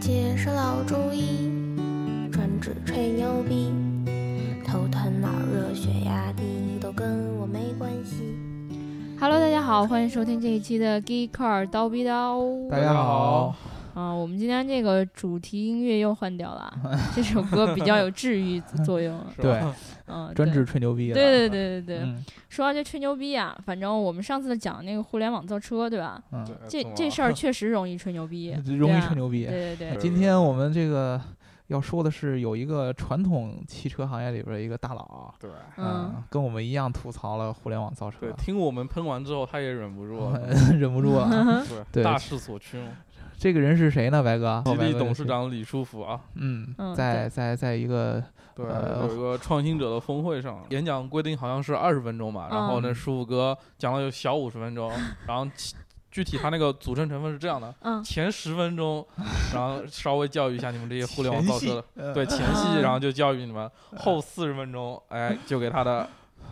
姐是老中医，专治吹牛逼，头疼脑热血压低都跟我没关系。 Hello，大家好，欢迎收听这一期的《Geek Car 刀逼刀》。大家好，啊，我们今天这个主题音乐又换掉了啊， 这首歌比较有治愈作用啊。对， 嗯，专对治吹牛逼的，对对对对对，嗯，说到这吹牛逼啊，反正我们上次讲那个互联网造车，对吧？ 嗯这这 事儿确实容易吹牛逼，容对易啊吹牛逼对。对对 对今天我们这个要说的是，有一个传统汽车行业里边儿一个大佬，对嗯，跟我们一样吐槽了互联网造车对，，听我们喷完之后，他也忍不住了， 忍不住嗯了。嗯对对，大势所趋嘛。这个人是谁呢？白哥，吉白利哥董是事谁，长李书福啊，嗯嗯，在在在一个对，呃有一个创新者的峰会上，演讲规定好像是二十分钟吧，然后嗯那舒福哥讲了有小五十分钟，然后其具体他那个组成成分是这样的。嗯，前十分钟，然后稍微教育一下你们这些互联网前造戏嗯车的，呃对前戏，嗯然后就教育你们。后四十分钟，哎，就给他的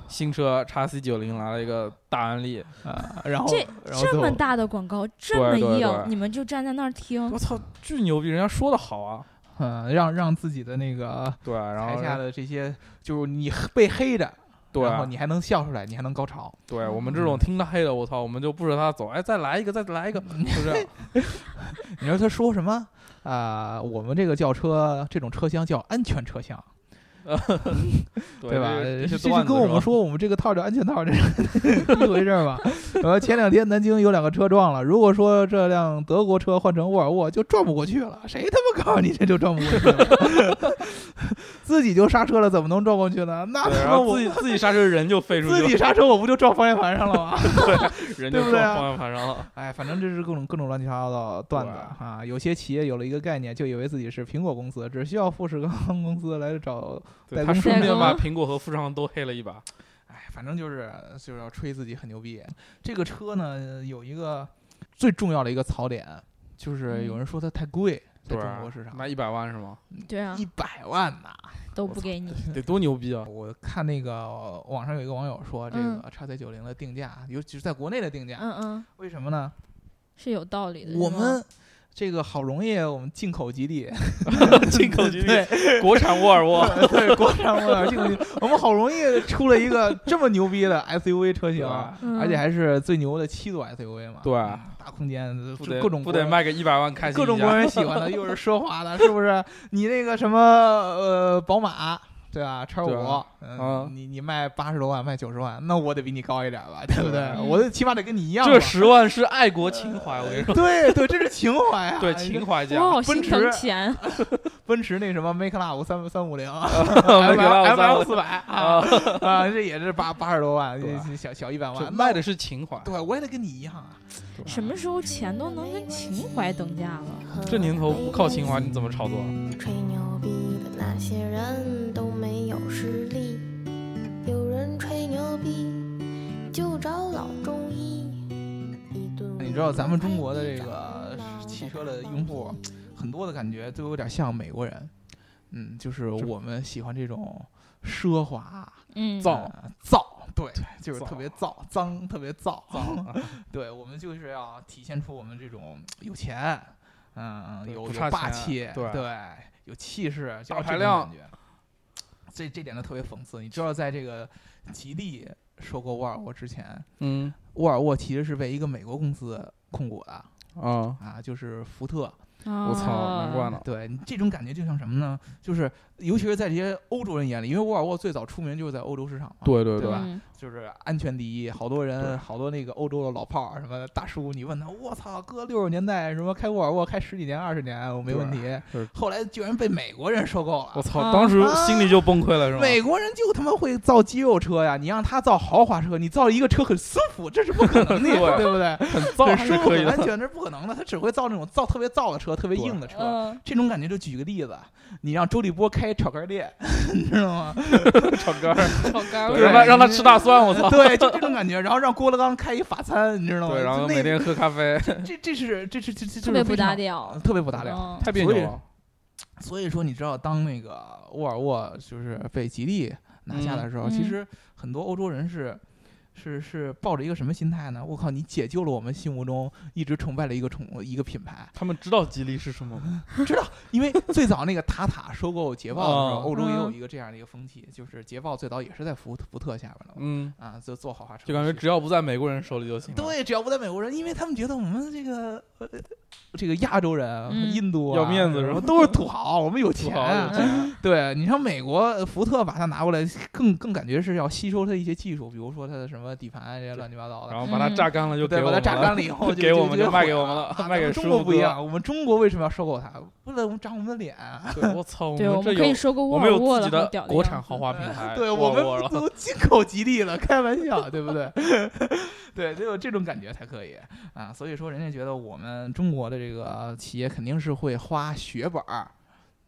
新车 x C 九零来了一个大案例。啊，然后这然后啊这最么后大的广告，这么对对硬，对你们就站在那儿听我，操，巨牛逼！人家说的好啊，嗯，让让自己的那个对，然后台下的这些，就是你被黑着，对啊然后你还能笑出来，你还能高潮，对我们这种听到黑的，我操，我们就不着他走，哎，再来一个，再来 一个，就这样。你说他说什么啊、我们这个轿车这种车厢叫安全车厢，对吧？这这些是段子跟我们是吧说我们这个套叫安全套，这是 一回事儿吧？呃，前两天南京有两个车撞了，如果说这辆德国车换成沃尔沃，就撞不过去了。谁他妈告诉你这就撞不过去了？ 自己就刹车了，怎么能撞过去呢？那对，他然妈后我 自己自己刹车人就飞出去自己了，刹车，我不就撞方向盘上了吗？人对就不撞对啊方向盘上了。哎，反正这是各种各种乱七八糟的段子啊！有些企业有了一个概念，就以为自己是苹果公司，只需要富士康 公司来找代对他工顺代便工把苹果和富士康都黑了一把。哎，反正就是就是要吹自己很牛逼。这个车呢，有一个最重要的一个槽点，就是嗯有人说它太贵，在对中啊国市，场卖一百万是吗？对啊一，百万呐、都不给 你，得多牛逼啊！我看那个网上有一个网友说，这嗯个叉 C 九零的定价，尤其是在国内的定价，嗯嗯，为什么呢？是有道理的。我是吗们这个好容易我们进口吉 利，进口吉利对，国产沃尔 沃，对，国产沃尔进口进口，我们好容易出了一个这么牛逼的 SUV 车型，嗯而且还是最牛的七座 SUV 嘛，对嗯大空间，不就得各种不国得人卖个一百万开心各种一下国人喜欢的，又是奢华的，是不 是？你那个什么呃，宝马。对吧？叉对五啊，嗯啊，你你卖八十多万，卖九十万，那我得比你高一点 吧，对不对？嗯我得起码得跟你一样吧。这十万是爱国情怀，我跟你说， 对对，这是情怀啊！对你情怀价我，好奔心驰疼钱，奔驰那什么 Make Love 三三五零没给到我 M 哦三 L 万四百啊 啊， 啊，这也是八八十多万，对这小小一百这万，卖的是情怀。对我也得跟你一样啊。什么时候钱都能跟情怀等价了？这年头不靠情怀你怎么炒作啊？吹牛逼的那些人都没有实力，有人吹牛逼就找老中医。一顿你知道咱们中国的这个汽车的用户，很多的感觉都有点像美国人，嗯，就是我们喜欢这种奢华、嗯，造造，对，就是造特别造、脏，特别 造。啊 对，我们就是要体现出我们这种有钱，嗯，对有不有差霸钱气，对有气势，就大要这排种量感觉。这这点呢特别讽刺，你知道，在这个吉利收购沃尔沃之前，嗯沃尔沃其实是被一个美国公司控股的啊，啊，就是福特。我我操，啊难嗯怪。呢。对，你这种感觉就像什么呢？就是尤其是在这些欧洲人眼里，因为沃尔沃最早出名就是在欧洲市场嘛。对对对吧嗯就是安全第一，好多人，对好多那个欧洲的老炮儿，什么大叔，你问他，我操，哥六十年代什么开沃尔沃开十几年、二十年，我没问对题是。后来居然被美国人收购我了，操，啊当时心里就崩溃了，是美吗？国人就他妈会造肌肉车呀！你让他造豪华车，你造一个车很舒服，这是不可能的，对对不对？很造很还舒是服、可以 很安的，全，这是不可能的。他只会造那种造特别造的车，特别硬的车。嗯，这种感觉，就举个例子，你让周立波开炒肝店，你知道吗？炒肝儿，炒肝儿对味让他让他吃大蒜，我操。 对，就这种感觉。然后让郭德纲开一法餐，你知道吗？对，然后就那每天喝 咖啡，这这是这是这这这特别是不非搭常调，特别不搭调。嗯太别所扭以了。所以说，你知道，当那个沃尔沃就是被吉利拿下的时候，嗯其实很多欧洲人是是是抱着一个什么心态呢？我靠，你解救了我们心目中一直崇拜的一个宠一个品牌，他们知道吉利是什么吗？知道，因为最早那个塔塔收购捷豹的时候，哦欧洲也有嗯一个这样的一个风气，就是捷豹最早也是在福特福特下边的嘛，嗯，啊，就做豪华车，就感觉只要不在美国人手里就行了。，对，只要不在美国人，因为他们觉得我们这个呃这个亚洲人、嗯印度、啊、要面子是我吧们都是土豪，我们有土钱豪啊。有钱，对你像美国呃福特把它拿过来，更更感觉是要吸收它一些技术，比如说它的什么底盘啊这些乱七八糟的然。后把它榨干了就给嗯对，把我它们榨了干了以 后就，给我们就就卖给毁我们了啊卖给咱们舒中国服不一哥样，我们中国为什么要收购它？为了我们长我们的脸啊。对我操，我对，这们可以有收购我沃们尔有沃自己很的屌的国样产子豪华品牌， 对沃我尔们沃了都进口吉利了，开玩笑，对不对？ 对，得有这种感觉才可以啊。所以说，人家觉得我们中国的这个企业肯定是会花血本儿，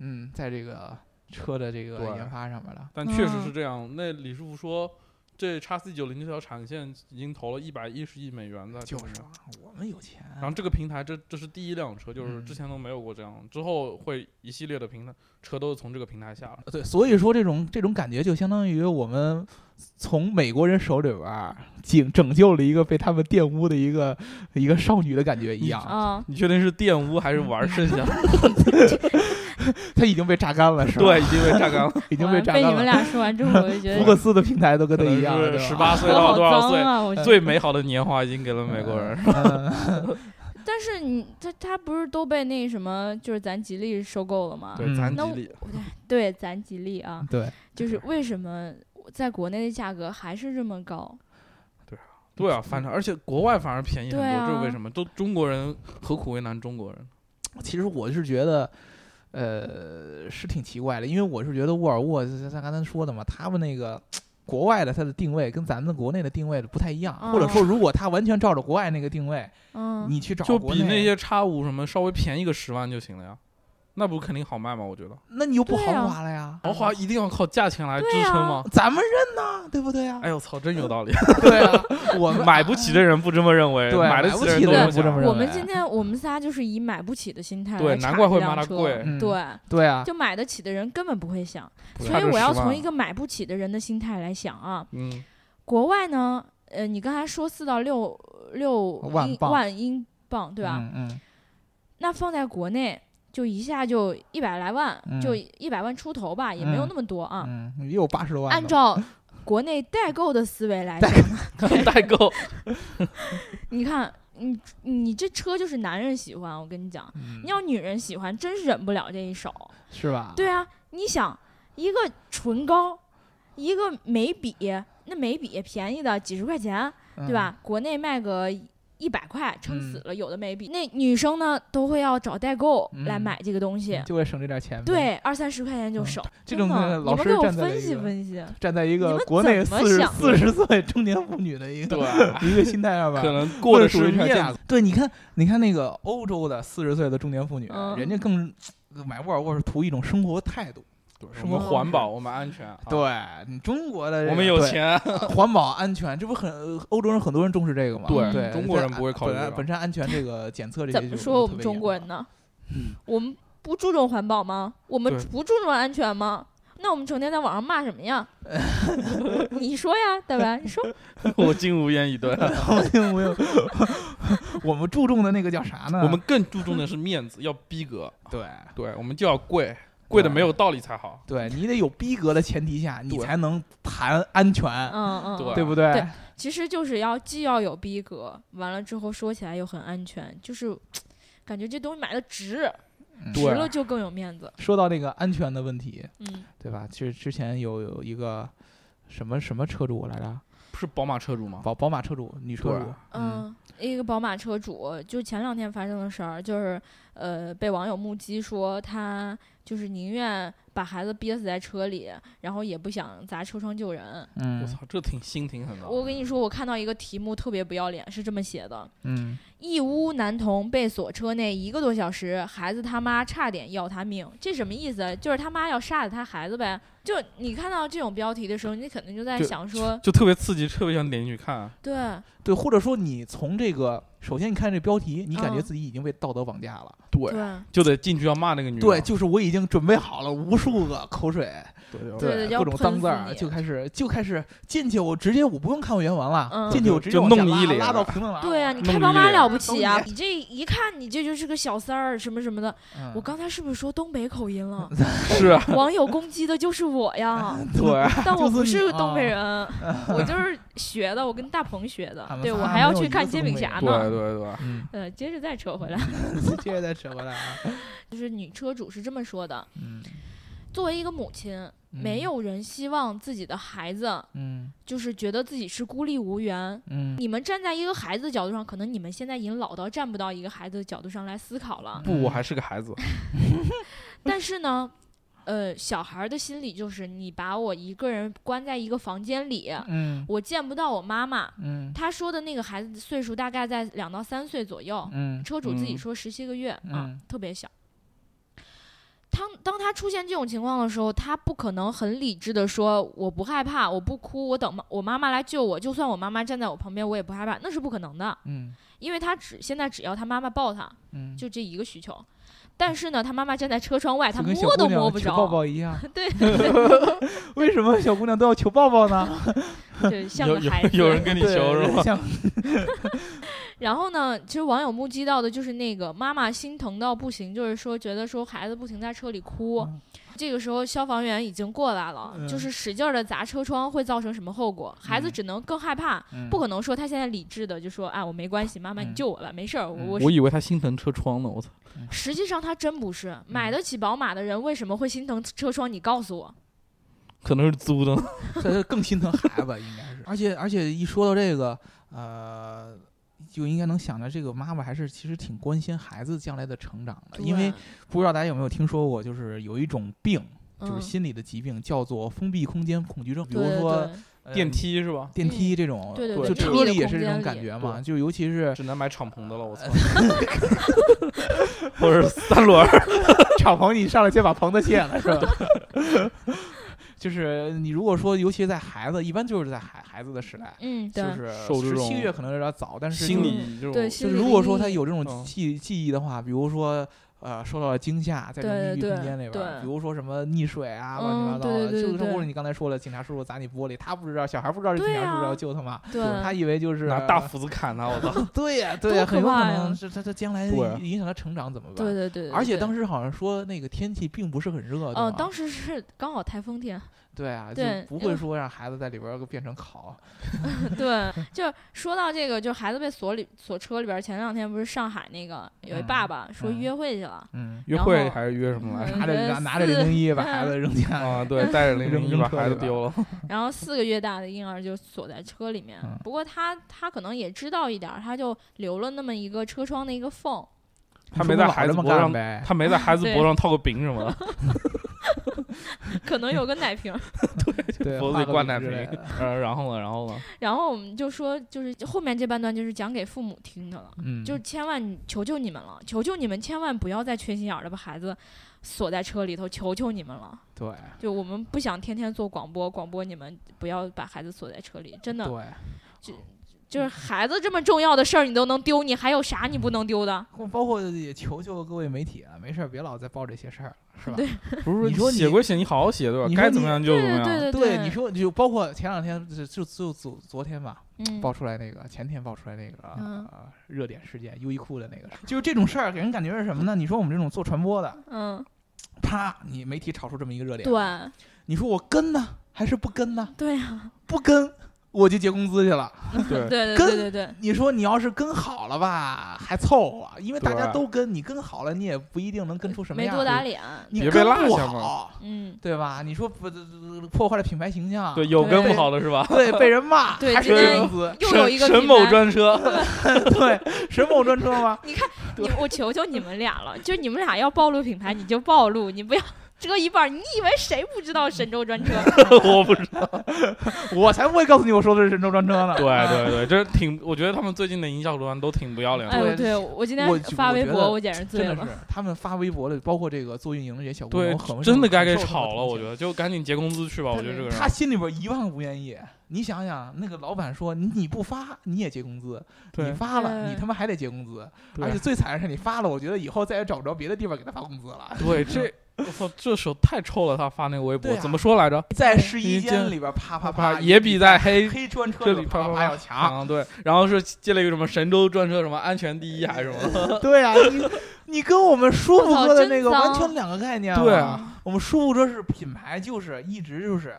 嗯，在这个车的这个对研发上面的。但确实是这样。那李师傅说，这叉 C 九零这条产线已经投了一百一十亿美元在这就里面，是啊我们有钱，然后这个平台，这这是第一辆车，就是嗯之前都没有过这样，之后会一系列的平台车都是从这个平台下来。呃对，所以说这种这种感觉就相当于我们从美国人手里边儿拯拯救了一个被他们玷污的一个一个少女的感觉一样。嗯啊，你确定是玷污还是玩剩 下？他已经被榨干了，是吧？对，已经被榨干了，已经完被了榨被干你了。们俩说完之后，我就 觉福克得斯的平台 都跟他一样，对吧十 八岁我到好多少脏岁？啊！我觉得最美好的年华已经给了美国嗯人，但是你他他不是都被那什么，就是咱吉利收购了吗？对，嗯咱那吉利，对，咱吉利啊，对，嗯就是为什么在国内的价格还是这么高？对啊，反正而且国外反而便宜对很多，啊这是为什么？都中国人何苦为难中国人？其实我是觉得，呃，是挺奇怪的，因为我是觉得沃尔沃，就像刚才说的嘛，他们那个国外的它的定位跟咱们国内的定位不太一样，或者嗯说如果它完全照着国外那个定位，嗯，你去找就国比那内，些叉五什么稍微便宜个十万就行了呀，那不肯定好卖吗？我觉得那你就不对啊豪华了哎呀。豪华一定要靠价钱来支撑吗？咱们认呐，对不对呀？哎呦操，真有道理！ 对啊，我们 买不起的人不这么认为，对买得起人都买这不么起的人不这么想。认为我们今天我们仨就是以买不起的心态对来查难怪会这辆骂它车贵嗯对，对啊，就买得起的人根本不会想，不所差以这我要10万从一个买不起的人的心态来想啊。嗯， 国外呢，呃，你刚才说四到六六万英镑万英镑，对吧？嗯嗯那放在国内就一下就一百来万，嗯就一百万出头吧，也没有嗯那么多啊。嗯，也有八十多万的。按照国内代购的思维来代讲，代 购，你看，你你这车就是男人喜欢，我跟你讲，嗯你要女人喜欢，真是忍不了这一手。是吧？对啊，你想一个唇膏，一个眉笔，那眉笔便宜的几十块钱，嗯，对吧？国内卖个一百块，撑死嗯了有的眉笔。那女生呢，都会要找代购来嗯买这个东西。就为省这点钱呗。对，二三十块钱就嗯省，这真种的呃你老们师给我站在分一析个分析，站在一你个们国内怎么四十想四十岁中年妇女的一个对啊， 一个心态上吧，可能过的是一下面价子格。对，你看，你看那个欧洲的四十岁的中年妇女，嗯人家更呃买沃尔沃是图一种生活态度。对生我活们方式环保，我们安全啊，嗯对你中国的这个，我们有对钱，啊环保安全，这不很呃欧洲人很多人重视这个嘛？对对，中国人在不会考虑本来这个本身安全这个检测这些怎就么是说我特们别中严国格人呢？嗯我们不注重环保吗？我们对不注重安全吗？那我们成天在网上骂什么 呀？你说呀，大白，你说我竟无言以 对。我有， 我们注重的那个叫啥呢？我们更注重的是面子，要逼格。对对，我们就要贵，贵的没有道理才好。对，你得有逼格的前提下，你对才能谈安全，嗯嗯，对嗯对不对？对其实就是要既要有逼格，完了之后说起来又很安全，就是感觉这东西买的值，嗯值了就更有面子。说到那个安全的问题，嗯，对吧？其实之前有有一个什么什么车主来着，不是宝马车主吗？宝宝马车主，女车对主，嗯，嗯，一个宝马车主，就前两天发生的事儿，就是呃，被网友目击说他就是宁愿把孩子憋死在车里，然后也不想砸车窗救人。我嗯操，这挺心挺狠的。我跟你说，我看到一个题目特别不要脸，是这么写的：嗯，义乌男童被锁车内一个多小时，孩子他妈差点要他命，这什么意思？啊就是他妈要杀了他孩子呗。就你看到这种标题的时候，你肯定就 在就想说，就特别刺激，特别想点进去看。对，对，或者说你从这个，首先你看这标题，你感觉嗯自己已经被道德绑架了，对啊对，就得进去要骂那个女的。对，就是我已经准备好了无数个口水，对对要各种喷脏字死儿你就开始就开始进去，我直接我不用看原文了，嗯进去我就直接就往下弄拉你一脸拉到了评论栏。对呀、啊你弄开一宝马脸了不起呀、东你这一看，你这就是个小三儿什么什么的。嗯我刚才是不是说东北口音 了？是 啊，网友攻击的就是我呀，对，但我就是不你是啊东北人， 我就是学的，我跟大鹏学的俺。们对仨我没还要有一去个看是煎东饼北侠对呢。对对，嗯，呃，接着再扯回来， 接着再扯过来啊，就是女车主是这么说的：嗯，作为一个母亲，没嗯，有人希望自己的孩子嗯就是觉得自己是孤立无援。嗯，你们站在一个孩子的角度上，可能你们现在已经老到站不到一个孩子的角度上来思考了。嗯不，我还是个孩子，但是呢，呃，小孩儿的心理就是你把我一个人关在一个房间里，嗯我见不到我妈妈。嗯他说的那个孩子的岁数大概在两到三岁左右，嗯车主自己嗯说十七个月、啊嗯，特别小。当当他出现这种情况的时候，他不可能很理智的说我不害怕，我不哭，我等妈我妈妈来救我，就算我妈妈站在我旁边，我也不害怕，那是不可能的，嗯因为他只现在只要他妈妈抱他，嗯，就这一个需求。但是呢，他妈妈站在车窗外，他就跟小摸都姑娘摸不着。求抱抱一样。 对 为什么小姑娘都要求抱抱呢？对，像个孩子。跟对 像然后呢，其实网友目击到的就是那个妈妈心疼到不行，就是说觉得说孩子不停在车里哭，嗯这个时候消防员已经过来了，嗯就是使劲的砸车窗会造成什么后果？孩子嗯只能更害怕，不可能说他现在理智的就说啊我没关系，妈妈你嗯救我吧，没事儿，嗯我我我以为他心疼车窗呢，我操，实际上他真不是嗯买得起宝马的人为什么会心疼车窗？你告诉我，可能是租的，这更心疼孩子，应该是。而且而且一说到这个，呃，就应该能想到这个妈妈还是其实挺关心孩子将来的成长啊的，因为不知道大家有没有听说过，就是有一种病，就是嗯心理的疾病，叫做封闭空间恐惧症，比对如对说对呃电梯是吧？电梯这种，嗯对对对就这个车密里的也是空这种间感里觉嘛，就尤其是只能买敞篷的了，我操，或者是三轮儿， 敞篷，你上来先把棚子卸了是吧？ 就是你如果说，尤其是在孩子，一般就是在孩孩子的时代，嗯，对就，是受这十种七个月可能有点早，但是心就理这对种就心是理如的果阴说他影有这种嗯记记忆的话，比如说呃受到了惊吓，在这种对密闭对空间里边对儿，比如说什么溺水啊，乱七嗯八糟对的，对对就是对或者你刚才说了，警察叔叔砸你玻璃，他不知道，小孩不知道是对警察叔叔啊要救他嘛，对，他以为就是啊拿大斧子砍他，我操，哦对呀对呀，多可很有可怕呀能是他他将来对啊影响他成长怎么对办？对对，而且当时，时好像说那个天气并不是很热，对嗯、吗当时是刚好台风天，对啊，就对不因会为说让孩子在里边儿变成烤， 对，就说到这个，就孩子被锁里锁车里边儿，前两天不是上海那个有一嗯爸爸说嗯约会去了， 嗯，约然会后还是约什么来着？拿着觉得拿拿着四零零一 把孩子扔家里，啊，对，带着零零一嗯扔把车孩里子吧丢了，然后四个月大的婴儿就锁在车里面嗯。不过他他可能也知道一点儿，他就留了那么一个车窗的一个缝。他没在孩子这么脖干，上呗， 他没在孩子对脖上套个饼什么的，可能有个奶瓶儿， 对，脖子画里个灌饼奶之瓶类的，呃，然后呢，然后呢，然后我们就说，就是后面这半段就是讲给父母听的了，嗯，就是千万求求你们了，求求你们千万不要再缺心眼儿的把孩子锁在车里头，求求你们了。对就我们不想天天做广播，广播你们不要把孩子锁在车里，真的对。就是孩子这么重要的事儿你都能丢，你还有啥你不能丢的？包括也求求各位媒体啊，没事儿别老再报这些事儿了，是吧？对不你说你写归写，你好好写对吧你？说该怎你么样就怎么样。对对对你说就包括前两天就就就昨昨天吧，嗯，爆出来那个，前天爆出来那个、嗯呃、热点事件，优衣库的那个事儿，就是这种事儿给人感觉是什么呢？你说我们这种做传播的，嗯，啪，你媒体炒出这么一个热点，对你说我跟呢还是不跟呢？对呀，不跟我就结工资去了。啊对对跟对对对，你说你要是跟好了吧，还凑合，因为大家对都跟，你跟好了，你也不一定能跟出什么没样。多打，脸，你别跟被落不下嘛好， 嗯，对吧？你说不破坏了品牌形象，对，有跟不对好的是吧？对被人骂，对还是今给天工资，又有一个神品某牌专车， 对神某专车吗？你我求求你们俩了，就你们俩要暴露品牌，你就暴露，你不要遮一半儿。你以为谁不知道神州专车？我不知道。我才不会告诉你我说的是神州专车呢。对对对，这挺，我觉得他们最近的营销手段都挺不要脸哎的。呦，对我今天我发微我觉得博，我简直醉真的了。是，他们发微博的，包括这个做运营的这些小姑对娘，很，真的该给炒了，我觉得。得就赶紧结工资去吧。我觉得这个人他心里边一万不愿意，你想想，那个老板说你你不发你也结工资，你对发了你对他妈还得结工资，对而且最惨的是你发了，我觉得以后再也找不着别的地方给他发工资了。 对，这我操，这手太臭了！他发那个微博对啊怎么说来着？在试衣你间这里边啪啪啪啪，啪，也比在黑黑专车这边里啪啪啪啪要啪强。啊嗯对，然后是接了一个什么神州专车什么安全第一还是什么？对呀、你你跟我们舒服哥的那个我操真脏完全两个概念。对啊啊，我们舒服车是品牌，就是一直就是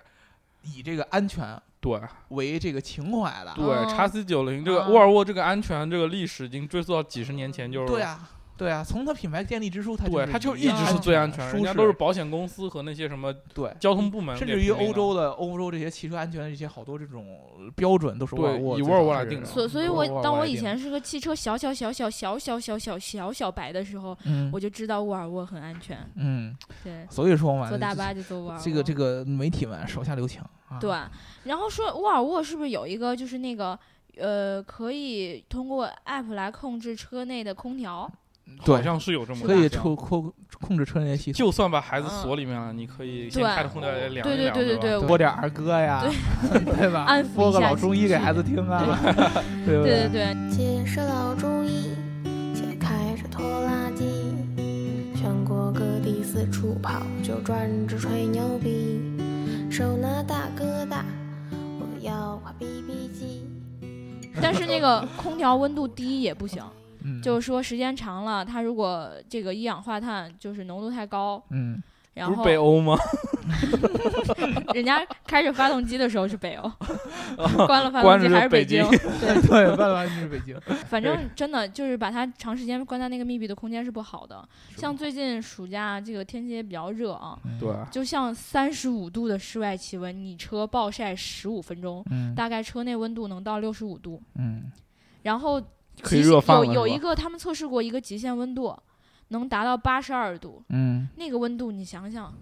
以这个安全对啊为这个情怀的。对，嗯叉 C 九零这个嗯沃尔沃这个安全这个历史已经追溯到几十年前，就是对啊，对啊，从它品牌建立之初，它对，它它就一一直是最安全的，舒人适家都是保险公司和那些什么对。交通部门给甚评定至的，于欧洲的欧洲这些汽车安全的这些好多这种标准都是沃尔对沃以最沃尔早沃来开始定的的所所以嗯我，我当我我也以定前是个汽车小小小小小小小小小小白的时候，嗯我就知道沃尔沃很安全。嗯，对，所以说嘛，坐大巴就坐沃尔沃。这个这个媒体们手下留情啊。对，然后说沃尔沃是不是有一个就是那个呃，可以通过 app 来控制车内的空调？对好像是有这么可以抽。抽控控制车内系统，就算把孩子锁里面了，你可以先对开着空调来凉对一对凉，对对吧对，播点儿歌呀， 对吧？安抚一下播个老中医给孩子听啊，对不对对对，姐是老中医，姐开着拖拉机，全国各地四处跑，就专治吹牛逼。手拿大哥大，我要挂 BB 机。但是那个空调温度低也不行，嗯就是说时间长了，它如果这个一氧化碳就是浓度太高，嗯，然不是后北欧吗？人家开着发动机的时候是北欧，关了发动关着机是还是北京。 对，办完就是北京， 反正真的就是把它长时间关在那个密闭的空间是不好的。像最近暑假这个天气也比较热啊，嗯对，就像三十五度的室外气温，你车暴晒十五分钟，嗯大概车内温度能到六十五度。嗯，然后可以极热饭了有有一是吧个他们测试过一个极限温度，能达到八十二度，嗯，那个温度你想想，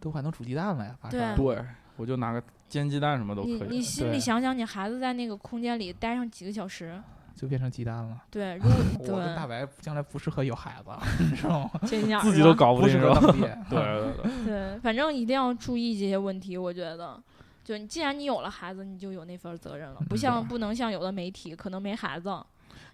都快能煮鸡蛋了呀，发对啊对，我就拿个煎鸡蛋什么都你可以你。心对里想想，你孩子在那个空间里待上几个小时，就变成鸡蛋了。对， 如果我跟大对白将来不适合有孩 子，你知道吗？这样自己都搞不定适是合吧？当爹。对对对，对，反正一定要注意这些问题，我觉得。就你，既然你有了孩子，你就有那份责任了，不像不能像有的媒体可能没孩子，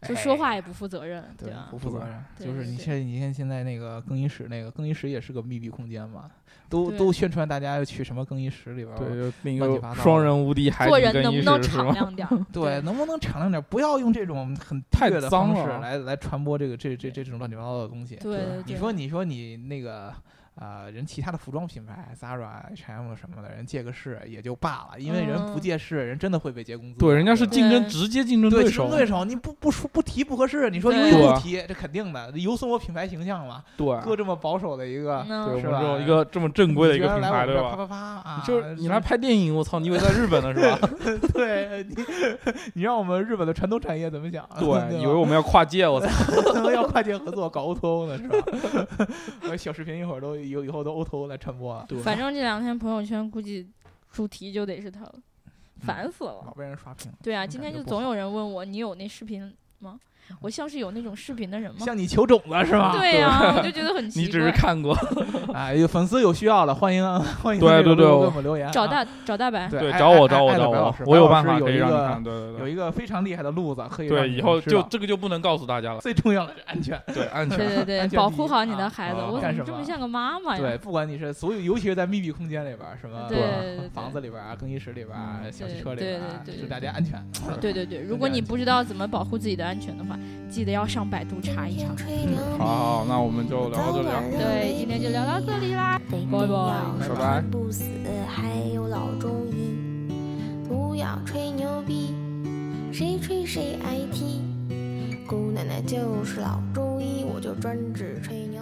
就说话也不负责任，哎对吧不？负责任。对就是对你对现在你看现在那个更衣室，那个更衣室也是个密闭空间嘛，都对都宣传大家要去什么更衣室里边儿。对，就另一乱七个八糟双人无敌海做景人更能衣不能室是敞吗？亮点儿？对，能不能敞亮点儿？不要用这种很太倔的脏方式了啊来来传播这个这这这种乱七八糟的东西。对对你对说你说你那个呃人其他的服装品牌 Zara、H&M 什么的，人借个势也就罢了，因为人不嗯借势，人真的会被结工资的。对，人家是吧竞争对直接竞争对竞手争。对手，你不不说不提不合适，你说因为对不提，这肯定的，有损我品牌形象嘛。啊对，啊哥这么保守的一个，对我嗯们是这吧种一个这么正规的一个你居然来品我们牌，对这儿啪啪吧？啪啊！你就是你来是拍电影，我操，你以为在日本呢是吧？ 对你，你让我们日本的传统产业怎么想？ 对，以为吧我们要跨界， 我操，要跨界合作搞 O to O 呢，是吧？ 呃小视频一会儿都以以后都 O to O 来传播啊了，反 正这两天朋友圈估计主题就得是他了，烦死了。老被人刷屏。对啊，嗯今感天觉就不总好有人问我，你有那视频吗？我像是有那种视频的人吗？向你求种子是吧？对呀、我就觉得很奇怪。 你只是看过，哎，有粉丝有需要了，欢迎欢迎对那个对对给我我们留言啊。找大找大白，对对，爱找我爱找我爱的找白老我师，我白有老办师法有可以一让你个看，对对有对。一个非常厉害的路子可以让对，你以后知就道这个就不能告诉大家了。最重要的是 安全。对，安对全。对安对，全保第护一好你啊的孩子。啊我干怎么什这么么像个妈妈哎呀对，？不管你是所有，尤其是在密闭空间里边儿，什么对对对房子里边儿、更衣室里边儿、小汽对车里对边对儿，对祝对大家安全。对对对，如增果加你安不知道怎么保护自己的安全的话，记得要上百度查一今查天。吹牛逼，嗯好好，好那我们就聊到这里啊。对，今天就聊到这里啦。非得拜拜嗯要拜拜穿不死，还有老中医，不要吹牛逼，谁吹谁挨踢。姑奶奶就是老中医，我就专治吹牛